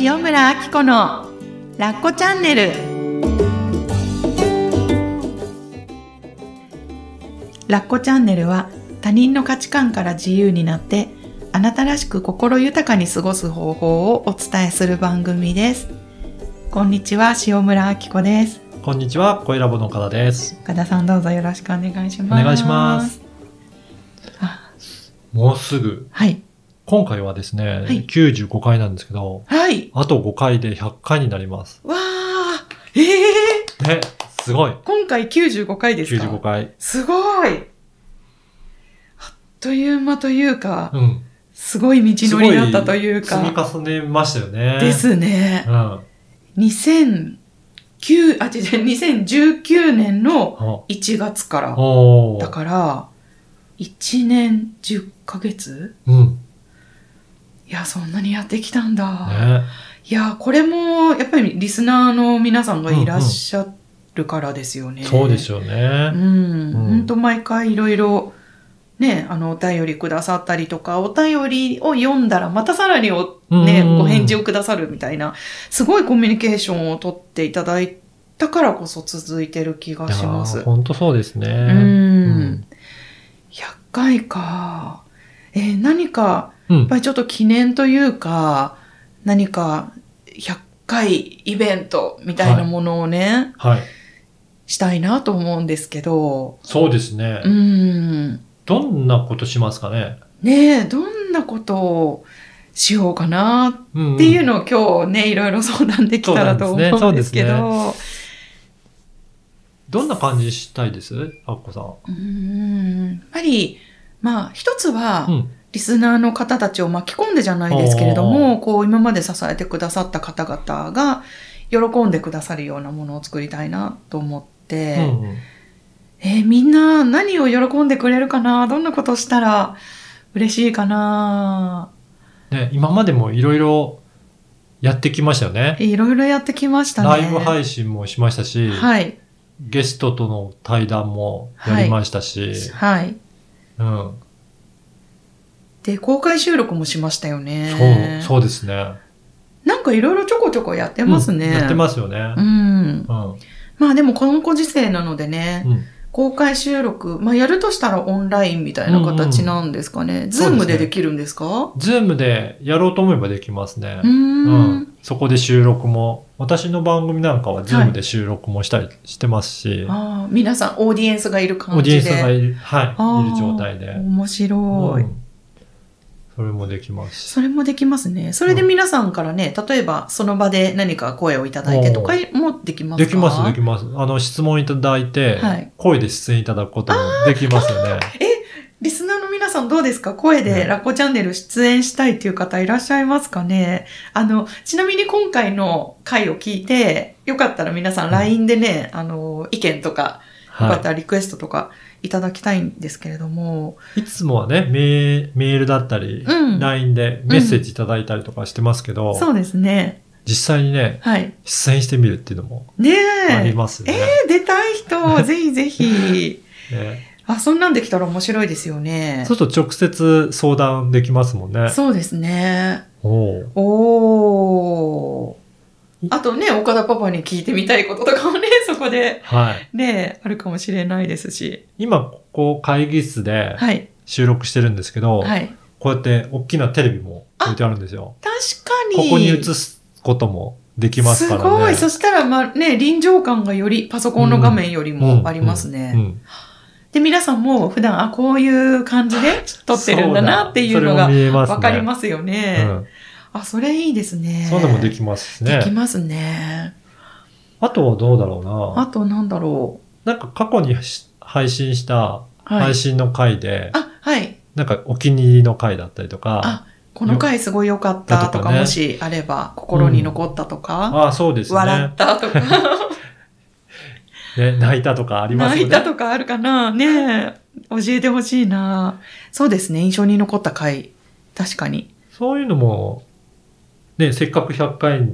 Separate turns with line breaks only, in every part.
塩村あき子のラッコチャンネルラッコチャンネルは他人の価値観から自由になってあなたらしく心豊かに過ごす方法をお伝えする番組ですこんにちは塩村あき子です
こんにちは、声ラボの岡田です。
岡田さんどうぞよろしくお願いし
お
ます
願いします。
あ
もうすぐ、
はい
今回はですね、
はい
95回なんですけど、
はい
あと5回で100回になります。
わあええ
ね、すごい。
今回95回ですか
95回。
すごいあっという間というか、
うん。
すごい道のりだったという
すご
か、
積み重ねましたよね。
ですね
う。ん。うん。
2009、あ、違う違う、2019年の1月から。
お
だ
ー。
から、1年10ヶ月
うん。
いや、そんなにやってきたんだ。
ね。
いや、これも、やっぱりリスナーの皆さんがいらっしゃるからですよね。
そうですよ
う
ね。
ん、
うん
ほんと毎回いろいろ、ね、あの、お便りくださったりとか、お便りを読んだら、またさらにお、ね、
うん
ご返事をくださるみたいな、すごいコミュニケーションを取っていただいたからこそ続いてる気がします。
本当そうですね。
うん。
ん
100回か。えー何か、
うん
やっぱりちょっと記念というか、何か、100回イベントみたいなものをね、
はい。
したいなと思うんですけど、
そうですね。
うん。
どんなことしますかね。
ねえ、どんなことをしようかな
うんうん
っていうのを今日ね、いろいろ相談できたらと
そう
思
なんですね
うんですけど、
どんな感じしたいですあっこさん。
うーん、やっぱり、まあ一つは、
うん
リスナーの方たちを巻き込んでじゃないですけれども、こう今まで支えてくださった方々が喜んでくださるようなものを作りたいなと思って、
うんうん
えーみんな何を喜んでくれるかなどんなことしたら嬉しいかな
ね、今までもいろいろやってきましたよね。
いろいろやってきましたね。
ライブ配信もしましたし、
はい。
ゲストとの対談もやりましたし、
はい。
うん、
で、公開収録もしましたよね。
そう、そうですね。
なんかいろいろちょこちょこやって
や
ますね。
やってますよね
う。ん。
うん。うん。
まあでもこのご時世なのでね、
うん
公開収録、まあやるとしたらオンラインみたいな形なんですかね。ズー
そ
ム
うです
で
ね
できるんですか
ズームでやろうと思えばできますね
うー。。
うんそこで収録も、私の番組なんかはズームで収録もしたりしてますし、
ああ、皆さんオーディエンスがいる
オー
感
ディエン
じ
スが
で。
いる、は
あー
い、いる状態で。
面白い。
うんそれもできますし。
それもできますね。それで皆さんからね、例えばその場で何か声をいただいてとかもできますか
できます、でき
ま
ます。あの、質問いただいて、
はい
声で出演いただくこともできますよね。
リスナーの皆さんどうですか声で
うん
ラッコチャンネル出演したいっていう方いらっしゃいますかねあの、ちなみに今回の回を聞いて、よかったら皆さん
うん
LINE でね、あの、意見とか、よかっ
は
たらリクエストとかいただきたいんですけれども、
い。いつもはね、メメールだったり、
うん
LINE でメッセージいただいたりとかしてますけど、
そうですね。
実際にね、
はい。
出演してみるっていうのも
ね
あり
え。
ますね。
出たい人、ぜひぜひ。
ね
あ、そんなんできたら面白いですよね。
そうすると直接相談できますもんね。
そうですね。
おう
おー。あとね、岡田パパに聞いてみたいこととかもね、 そこで
はい。
ね、あるかもしれないですし。
今、ここ会議室で
はい。
収録してるんですけど、
はい。
こうやって大きなテレビも置いてあるんですよ。
確かに。
ここに映すこともできますからね。
ごい。そしたら、まあね、臨場感がより、パソコンの画面よりもありますね。
うんうん
で、皆さんも普段、あ、こういう感じで撮ってるんだなっていうのがわ
わ
かり
す
ますよね。
ね。うん
あ、それいいですね。
そういうのもできますし
でき
ね。
ますね。
あとはどうだろ
あ
う
と、なんだろ
な。なんか過去にし配信した
う。はい。
配信の回で、
あ、はい。
なんかお気に入りの回だったりとか、
この回すごい良かったと
だと
か、
かね
もしあれば、心に残ったとか、
ああ、そうです
笑
ね
っ。たとか、
ね 泣いたとかあります
泣
よ
いた
ね。
とかあるかなねえ教えてほしいなそうですね、印象に残った回。確かに。
そういうのも、ね、せっかく100回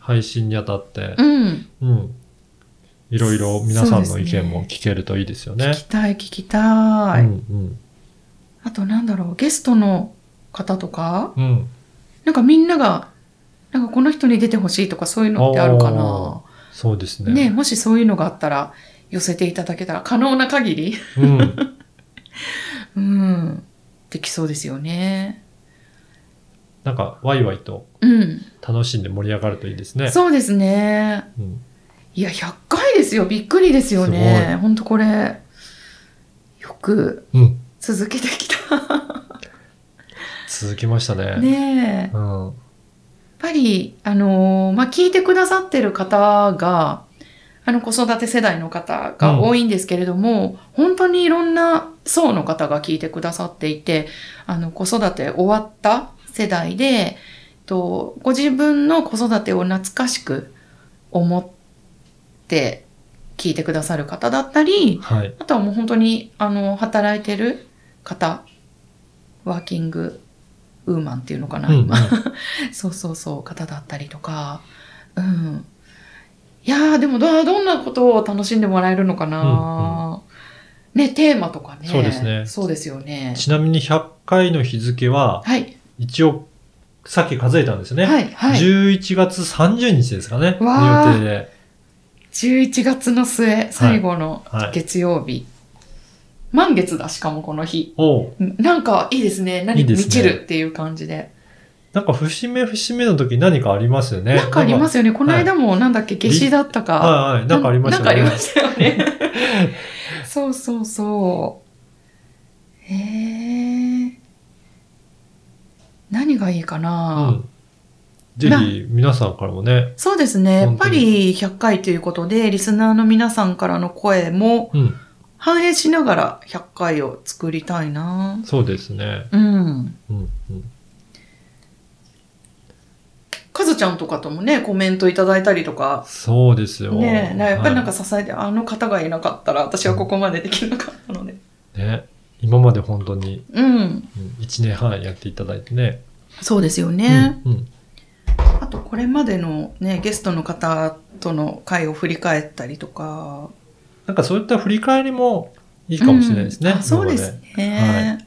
配信にあたって
う、ん。
うん。いろいろ皆さんの意見
そう
も聞けるといいですよね
聞。きたい、聞きたい。
うん
あとなんだろう、ゲストの方とか、
うん。うん。
なんかみんながなんかこの人に出てほしいとかそういうのってあるかな
そうですね。
ねもしそういうのがあったら寄せていただけたら可能な限り、
うん。
うん、できそうですよね。
なんか、ワイワイと
うん。
楽しんで盛り上がるといいですね。
そうですね。
うん、
いや、100回ですよ。びっくりですよ
す
ね。ほんとこれ、よく
うん
続けてきた。
続きましたね。
ねえ。やっ
うん。
ぱり、あのーまあ、聞いてくださってる方が、あの、子育て世代の方が多いんですけれども、本当にいろんな層の方が聞いてくださっていて、あの、子育て終わった世代で、えっと、ご自分の子育てを懐かしく思って聞いてくださる方だったり、
はい。
あとはもう本当に、あの、働いてる方、ワーキングウーマンっていうのかな、
うん
今。そうそうそう、方だったりとか、うん。いやー、でもど、どんなことを楽しんでもらえるのかな、ね、テーマとかね。
そうですね
そうですよね。
ちなみに100回の日付は、
はい、
一応、さっき数えたんですね。
はい、はい。
11月30日ですかね。
わー
予定で。
11月の末、最後の
はい。
月曜日。満月だ、しかもこの日。
おう
なんかいいですね。何
いいですね
満ちるっていう感じで。
なんか節目節目の時何かありますよね。
なんかありますよね。この間もなんだっけ、夏至だった
な
か。
はいはい。なんかありました
な
ね。
んかありましたよね。 そうそうそう。へえ。何がいいかな、
うん。ぜひ、皆さんからもね。
そうですね。やっ
本当
ぱ
に
り100回ということで、リスナーの皆さんからの声も
うん。
反映しながら100回を作りたいな
そうですね。
うん。
うん。うん。
かずちゃんとかともね、コメントいただいたりとか、
そうですよ。
ねえ、なやっぱりなんか
は
支えて、あの方がいなかったら私はここまでできなかったので。
いね。今まで本当に
うん。
1年半やっていただいてね。
そうですよね。
うん。うん。
あと、これまでのね、ゲストの方との会を振り返ったりとか。
なんかそういった振り返りもいいかもしれないですね。
うんあそうですね。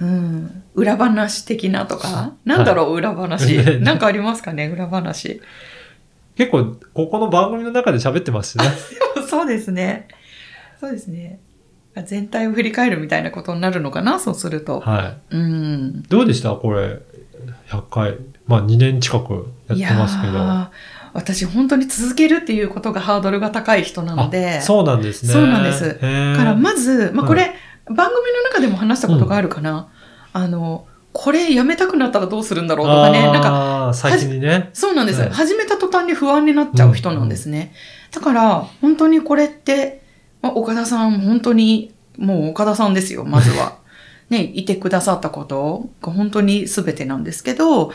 うん。裏話的なとか。なんだろう、裏 話。なんかありますかね、裏話。
結構、ここの番組の中で喋ってますしね。
そうですね。そうですね。全体を振り返るみたいなことになるのかな、そうすると。
は
うん。
い。どうでしたこれ、100回。まあ2年近くやってますけ
い
ど。
やー私本当に続けるっていうことがハードルが高い人なので。
あそうなんですね。
そうなんです
へー
からまず、まあ、
は
こ
い
れ、番組の中でも話したことがあるかな、あのこれやめたくなったらどうするんだろうとかねなんか
あー最近にね。
そうなんです、
はい
始めた途端に不安になっちゃう人なんですね、だから本当にこれって、まあ、岡田さん本当にもう岡田さんですよまず は。ね、いてくださったことが本当に全てなんですけど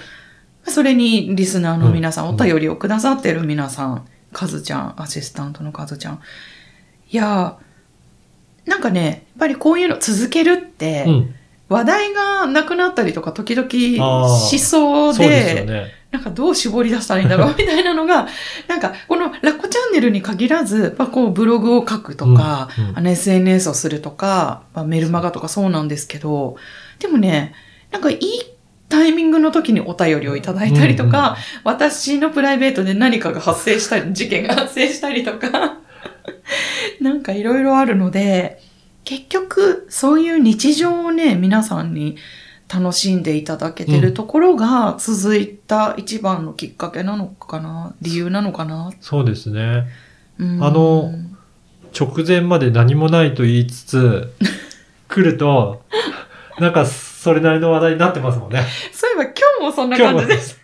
それにリスナーの皆さん、
う
お
ん
便りをくださってる皆さんカズちゃんアシスタントのカズちゃんいやーなんかねやっぱりこういうの続けるって、
うん。
話題がなくなったりとか時々
あー
しそう
そうです
で
よね。
なんかどう絞り出したらいいんだろうみたいなのがなんかこのラッコチャンネルに限らずやっぱこうブログを書くとか、
うんうん
あの SNS をするとか、まあ、メルマガとかそうなんですけどでもねなんかいいタイミングの時にお便りをいただいたりとか、私のプライベートで何かが発生したり、事件が発生したりとか、 なんかいろいろあるので、結局そういう日常をね、皆さんに楽しんでいただけてるところが続いた一番のきっかけなのかな、理由なのかな。
そうですね。
うん
あの、直前まで何もないと言いつつ、来ると、なんかそれなりの話題になってますもんね。
そういえば今日もそんな感じです。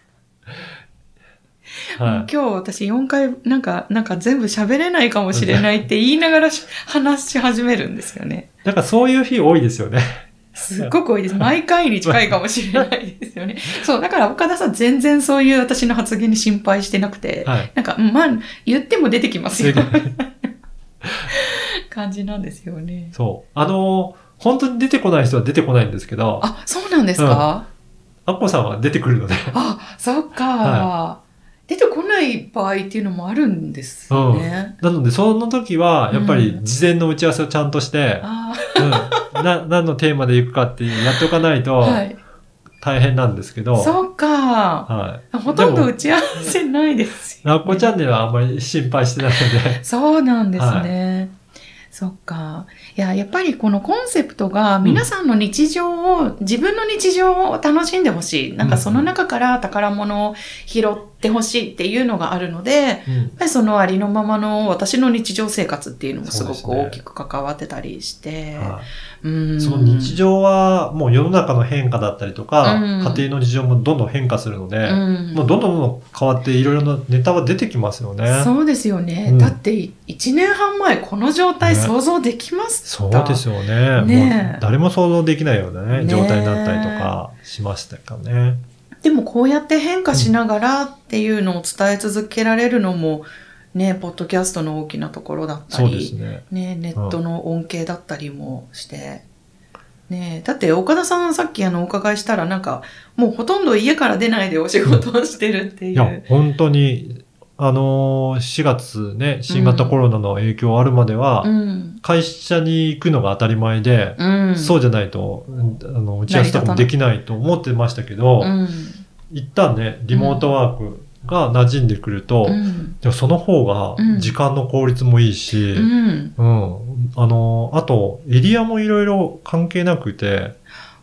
今日も。は
今日私4回なんか、なんか全部喋れないかもしれないって言いながらし話し始めるんですよね。
い。なんかそういう日多いですよね。
すっごく多いです。毎回に近いかもしれないですよ ね。そう、だから岡田さん全然そういう私の発言に心配してなくて、
はい。
なんか、うんまあ、言っても出てきますよ。
出て
感じなんですよね。
そう。あのー本当に出てこない人は出てこないんですけど、
あ、そうなんですか、
アッコさんは出てくるので。
あ、そっか、
は
出てこない場合っていうのもあるんですよね。
なので、その時は、やっぱり事前の打ち合わせをちゃんとして、
あ
うん、な何のテーマで行くかってやっておかない
あ、
と
はい。
大変なんですけど、
そっかか。
は
ほとんど
でも
打ち合わせないです
い。
よ、
ラッコチャンネルはあんまり心配してないので。
そうなんですね。そっか。いや、やっぱりこのコンセプトが皆さんの日常を、自分の日常を楽しんでほしい。なんかその中から宝物を拾ってほしいっていうのがあるので、
うん
やっぱりそのありのままの私の日常生活っていうのもすごく
そうですね
大きく関わってたりして、
は
うん
い、その日常はもう世の中の変化だったりとか、
うん
家庭の事情もどんどん変化するので、
うん
もうどんどんどんどん変わっていろいろなネタは出てきますよね。
そうですよね、
うん
だって1年半前この状態
ね
想像できます
そうですよね。
ねえ
もう誰も想像できないようなね、
ねえ
状態になったりとかしましたかね。
でもこうやって変化しながらっていうのを伝え続けられるのもねポッドキャストの大きなところだった
そうです
り、
ね。
ねネットの恩恵だったりもして。ね、だって岡田さんさっきあのお伺いしたらなんかもうほとんど家から出ないでお仕事をしてるっていう。
いや、本当に、あのー4月ね、新型コロナの影響あるまでは、
うん、
会社に行くのが当たり前で、
うん、
そうじゃないと、うんあの、打ち合わせとかもできないと思ってましたけど、
うん
一旦ね、リモートワークが馴染んでくると、
うん
でもその方が
うん
時間の効率もいいし、
うん、
うん。あの、あと、エリアもいろいろ関係なくて、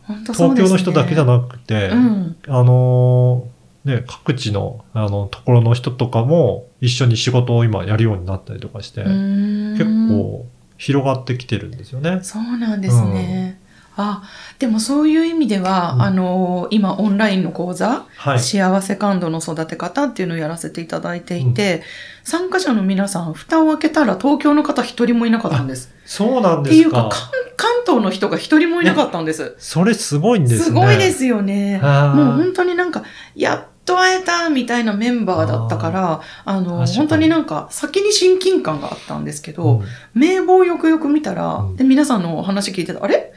本当そう
東
ですね
京の人だけじゃなくて、
うん
あの、ね、各地の、あの、ところの人とかも一緒に仕事を今やるようになったりとかして、
結
結構広がってきてるんですよね。
そうなんですね、あでもそういう意味では、
うん
あの今オンラインの講座、
はい。
幸せ感度の育て方っていうのをやらせていただいていて、参加者の皆さん蓋を開けたら東京の方一人もいなかったんです
そうなん
っ
で
てい
す
うか
か。
関関東の人が一人もいなかったんです
それすごいんですすね。
ごいで。すよね
あ
もう
ー
本当になんか、やっと会えたみたいなメンバーだったから、あの、
確かに
本当になんか先に親近感があったんですけ
う
ど、
ん
名簿をよくよく見たら、
うん
で、皆さんのお話聞いてたら、あれ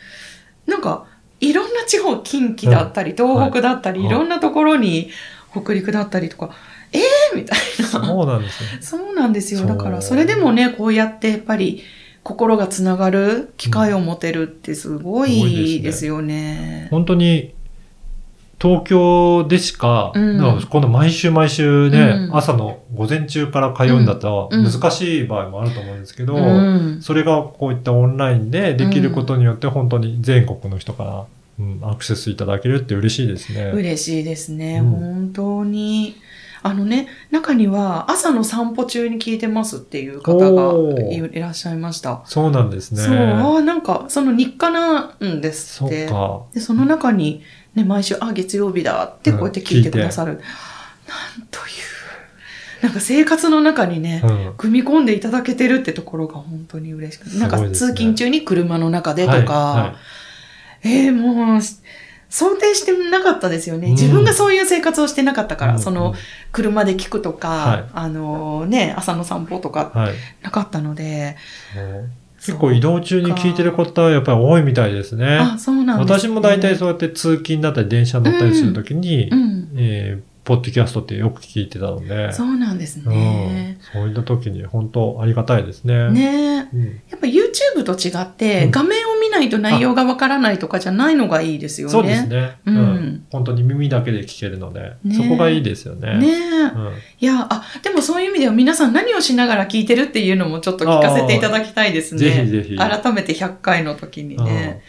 なんか、いろんな地方、近畿だったり、東北だったり、
はい
い、ろんなところに、北陸だったりとか、えーみたいな。
そうなんですね。
そうなんですよ。
そう
だから、それでもね、こうやってやっぱり、心がつながる機会を持てるってすご
うんすごい
い
で
ですすよね。
本当に、東京でしか、
うん
だからこの毎週毎週ね、
うん
朝の午前中から通うんだったら
うん
難しい場合もあると思うんですけど、
うん
それがこういったオンラインでできることによって本当に全国の人から、うん、アクセスいただけるって嬉しいですね。
嬉しいですね、
うん
本当に。あのね、中には朝の散歩中に聞いてますっていう方
お
が
ー
いいらっしゃいました。
そうなんですね。
そう、ああ、なんか、その日課なんです
そ
っ
う
て。
か。
で、その中に、ね、毎週、あ、月曜日だってこうやって聞いてくださる。なんという、なんか生活の中にね、
うん。
組み込んでいただけてるってところが本当に嬉しくて、なんか
すごいですね
通勤中に車の中でとか、
はい
えー、もう、し想定してなかったですよ
う
ね。
ん
自分がそういう生活をしてなかったから、
はい
その、、車で聞くとか、
はい
あのね、朝の散歩とか
うんはい。
なかったので、
うん結構移
動
動中に聞いてることはやっぱり多いみたいですね。
あ、そうなんです、
私も大体そうやって通勤だったり電車乗ったりするときに、
う。うん。
えーポッドキャストってよく聞いてたので、
そうなんです
うん
ね。
そういった時に本当ありがたいですね。
ね
うん
やっぱ YouTube と違って、
うん
画面を見ないと内容がわからないとかじゃないのがいいですよね。
そうですね、
うん
本当に耳だけで聞けるので、
ね
そこがいいですよね。
ねえ
うん
いや、あ、でもそういう意味では皆さん何をしながら聞いてるっていうのもちょっと聞かせていただきたいですね。
ぜひぜひ。
改めて100回の時に
うん
ね。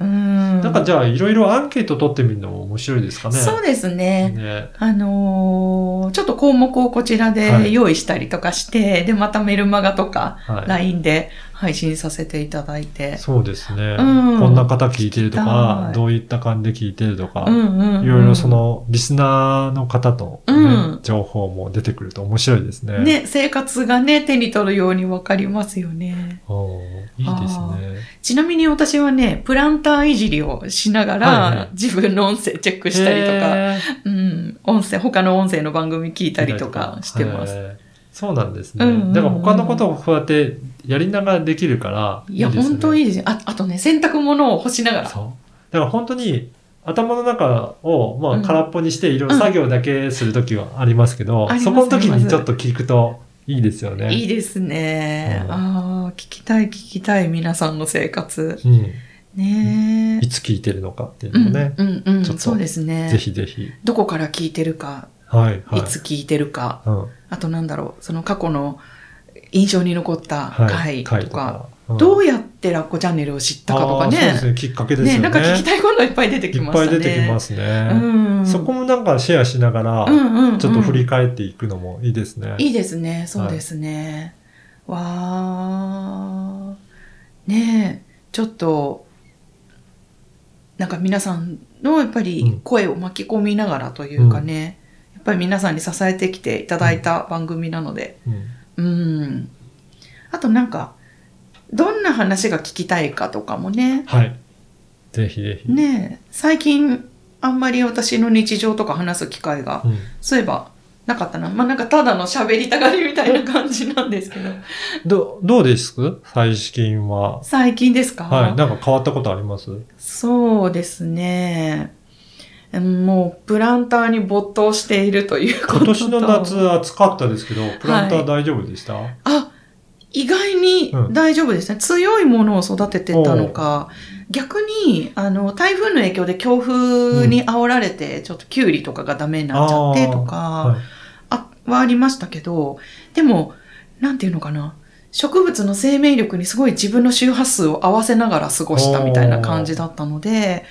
うん。
なんかじゃあいろいろアンケート取ってみるのも面白いですかね。
そうです
ね
ね。あのーちょっと項目をこちら
は
で
い
用意したりとかして、で、またメルマガとか、
は
LINE で配信させていただい
い。
て。
そうですね、
うん
こんな方聞いてると
聞き
か
た、い
どういった感じで聞いてるとか、
うんうん、うん。
いろいろそ、のリスナーの方とね、
うん
情報も出てくると面白いですね。
ね、生活がね、手に取るようにわかりますよね。
おーいいですね。
ちなみに私はね、プランターいじりをしながら、
はいはい
自分の音声チェックしたりとか、
へー
うん、音声、他の音声の番組聞いたりとかしてます。
はいそうなんですね。
うんうんうん
だから他のことをこうやってやりながらできるから
いや、
ですね
本当いいですね。ああとね、洗濯物を干しながら。
そう。だから本当に頭の中をま
う
あ
ん
空っぽにしていろいろ作業だけするときはありますけど、
あります
そこの時にちょっと聞くといいですよね。
いいですね。
うん
ああ、聞きたい聞きたい皆さんの生活。
うん。
ねえ
いつ聞いてるのかっていうのもね、
うんうんうん、
ちょっと
そうですね。
ぜひぜひ。
どこから聞いてるか、
はいはい。
いつ聞いてるか、
うん、
あとなんだろう、その過去の印象に残った
はい。
回とか、
うん
どうやってラッコチャンネルを知ったかとか
あーそうです
ね。
ね、きっかけですよ
ね
ね。
なんか聞きたいこといっぱい出てき
い
まし
っぱ
た
い
ね。
出てきますね。
うん。
そこもなんかシェアしながら、
うんうんうん
ちょっと振り返っていくのもいいですね。
いいですね、そうですね。わー。ねえ、ちょっと、なんか皆さんのやっぱ
う
り
ん
声を巻き込みながらというかね、やっぱり皆さんに支えてきていただいた番組なので、
うん
うん。あとなんか、どんな話が聞きたいかとかもね、
はい。ぜひぜひ。
ねえ、最近あんまり私の日常とか話す機会が
うん
そういえば、なかったな。まあ、なんかただの喋りたがりみたいな感じなんですけど。
どどうですか最近は。
最近ですか
はい。なんか変わったことあります
そうですね。もう、プランターに没頭しているということと。
今年の夏暑かったですけど、プランター大丈夫でした、
あ、意外に
うん
大丈夫ですね。強いものを育ててたのか、逆に、あの、台風の影響で強風に煽られて、ちょっとキュウリとかがダメになっちゃってとか、
はい
あはありましたけど、でも、なんていうのかな。植物の生命力にすごい自分の周波数を合わせながら過ごしたみたいな感じだったので、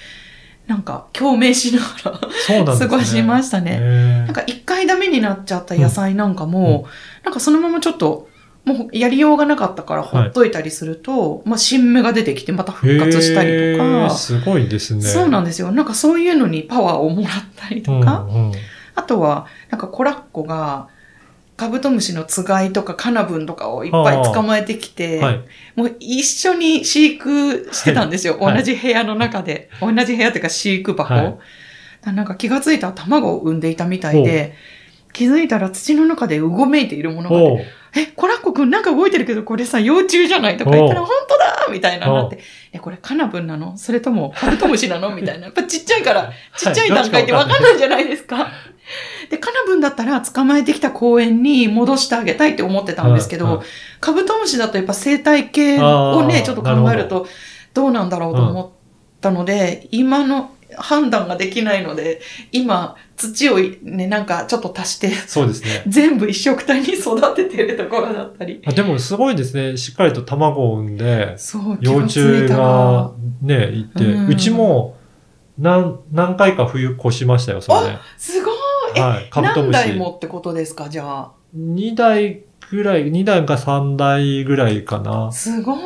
なんか共鳴しなが
そう
ら
なんです
過
ね。
ごしましたね。
ね
なんか一回ダメになっちゃった野菜なんかも、なんかそのままちょっと、もうやりようがなかったからほっといたりすると、まあ新芽が出てきてまた復活したりと
へー
か、
すごいですね。
そうなん
で
ですよ。なんかそういうのにパワーをもらったりとか、
うんうん
あとは、なんかコラッコが、カブトムシのつがいとかカナブンとかをいっぱい捕まえてきて、
はい。
もう一緒に飼育してたんですよ。
はい
同じ部屋の中で。同じ部屋っていうか飼育箱。
はい
なんか気がついたら卵を産んでいたみたいで、気づいたら土の中でうごめいているものがあって、
おう
え、コラッコくんなんか動いてるけどこれさ、幼虫じゃないとか言ったら
おう
本当だみたいななって、え、これカナブンなのそれともカブトムシなのみたいな。やっぱちっちゃいから、ちっちゃい段階でわかんないじゃないですか。で、カナブンだったら捕まえてきた公園に戻してあげたいって思ってたんですけど、
はいはい
カブトムシだとやっぱ生態系を
あ
ね、
ー
ちょっと考えるとどうなんだろうと思ったので、今の判断ができないので、今土をね、なんかちょっと足して、
そうですね。
全部一食体に育ててるところだったり。
あでもすごいですね。しっかりと卵を産んで、
そう、気
幼
がつい
虫
た
が
ら。
ね、いて、
うん
うちも何何回か冬越しましたよ、それね。
すごいえ
はい。カブト
何
ムシ。
台もってことですか、じゃ
2台ぐらい、2台か3台ぐらいかな
あ。。すごい。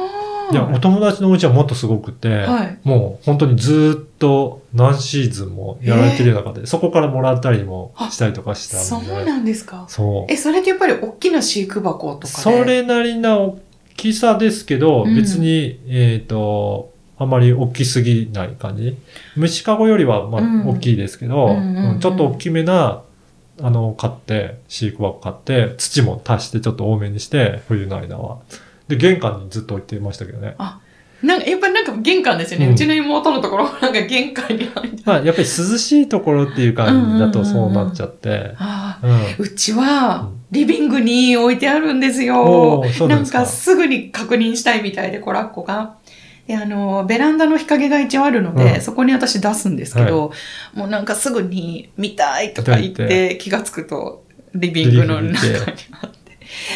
いや、お友達のうちはもっとすごくて、
はい。
もう本当にずーっと何シーズンもやられてる中で、そこからもらったりもしたりとかした
そ
んで。
うなんですか。
そう
え、それってやっぱり大きな飼育箱とかで。
それなりな大きさですけど、
うん
別に、えっ、と、あまり大きすぎない感じ。虫かごよりは、まあ、
うん
大きいですけど、
うんうんうん
うんちょっと大きめな、あの、買って、飼育箱買って、土も足してちょっと多めにして、冬の間は。で、玄関にずっと置いてましたけどね。
なんか、やっぱりなんか玄関ですよね。
う
うんちの妹のところもなんか玄関に入って。
まあ、やっぱり涼しいところっていう感じだとそうなっちゃって。
ああ
うん
うち
う
は
ん、
リビングに置いてあるんですよ。
おーそう
な
な
んん
ですか
かすぐに確認したいみたいで、コラッコが。で、あの、ベランダの日陰が一応あるので、
うん
そこに私出すんですけど、もうなんかすぐに見たいとか言っ
見た
て、気がつくと、リビングの中
リビングに
に
いて
あって。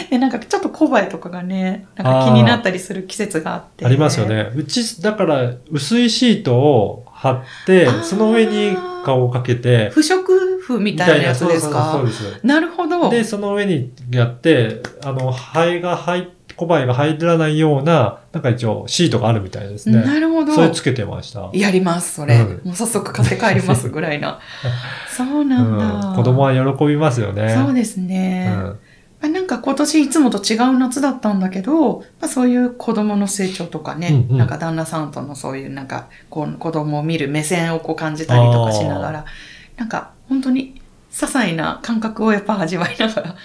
で、なんかちょっと小バエとかがね、なんか気になったりする季節があって。
ありますよ。ね。うち、だから、薄いシートを貼って
あー、
その上に顔をかけて、
不織布みたいなやつです
そう
か
そうそうそう
なるほど。
です。で、その上にやって、あの、灰が入っ、小灰が入らないような、なんか一応シートがあるみたいですね。
なるほど。
それつけてました。
やります、それ。
うん
もう早速買って帰りますぐらい な。そうなんだ。
うん子供は喜びますよね。
そうですね。まあ、なんか今年いつもと違う夏だったんだけど、まあ、そういう子供の成長とかね、
うんうん
なんか旦那さんとのそういうなんかこう子供を見る目線をこう感じたりとかしながら、なんか本当に些細な感覚をやっぱ味わいながら過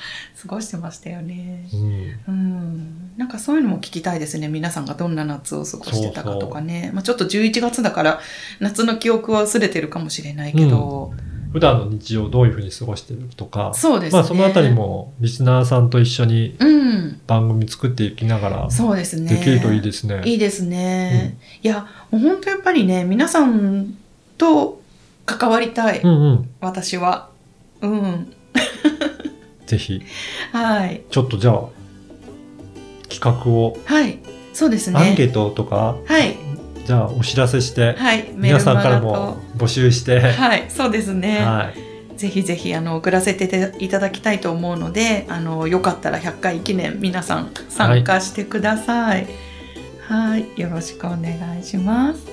ごしてましたよね。
うん。うん
うん、なんかそういうのも聞きたいですね。皆さんがどんな夏を過ごしてたかとかね。まあちょっと11月だから夏の記憶は薄れてるかもしれないけど、
普段の日常をどういうふうに過ごしてるとか、
そうですね。
まあそのあたり。もリスナーさんと一緒に
うん。
番組作っていきながら
そうですね。
できるといいですね。
いいですね。いや、もう本当やっぱりね、皆さんと関わりたい、
うんうん。
私は。うん。
ぜひ、
はい。
ちょっとじゃあ、企画を、
はい。そうですね。
アンケートとか、
はい。
じゃあお知らせして、
はい。メ
皆
ルマ
さんから
ガ
も
と。
募集して、
はい。そうですね。
はい。
ぜひぜひあの送らせていただきたいと思うのであのよかったら100回記念皆さん参加してください。はいよろしくお願いします。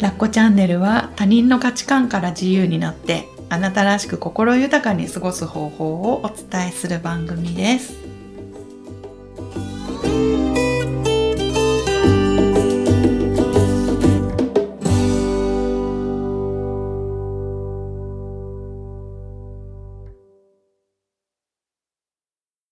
ラッコチャンネルは他人の価値観から自由になってあなたらしく心豊かに過ごす方法をお伝えする番組です。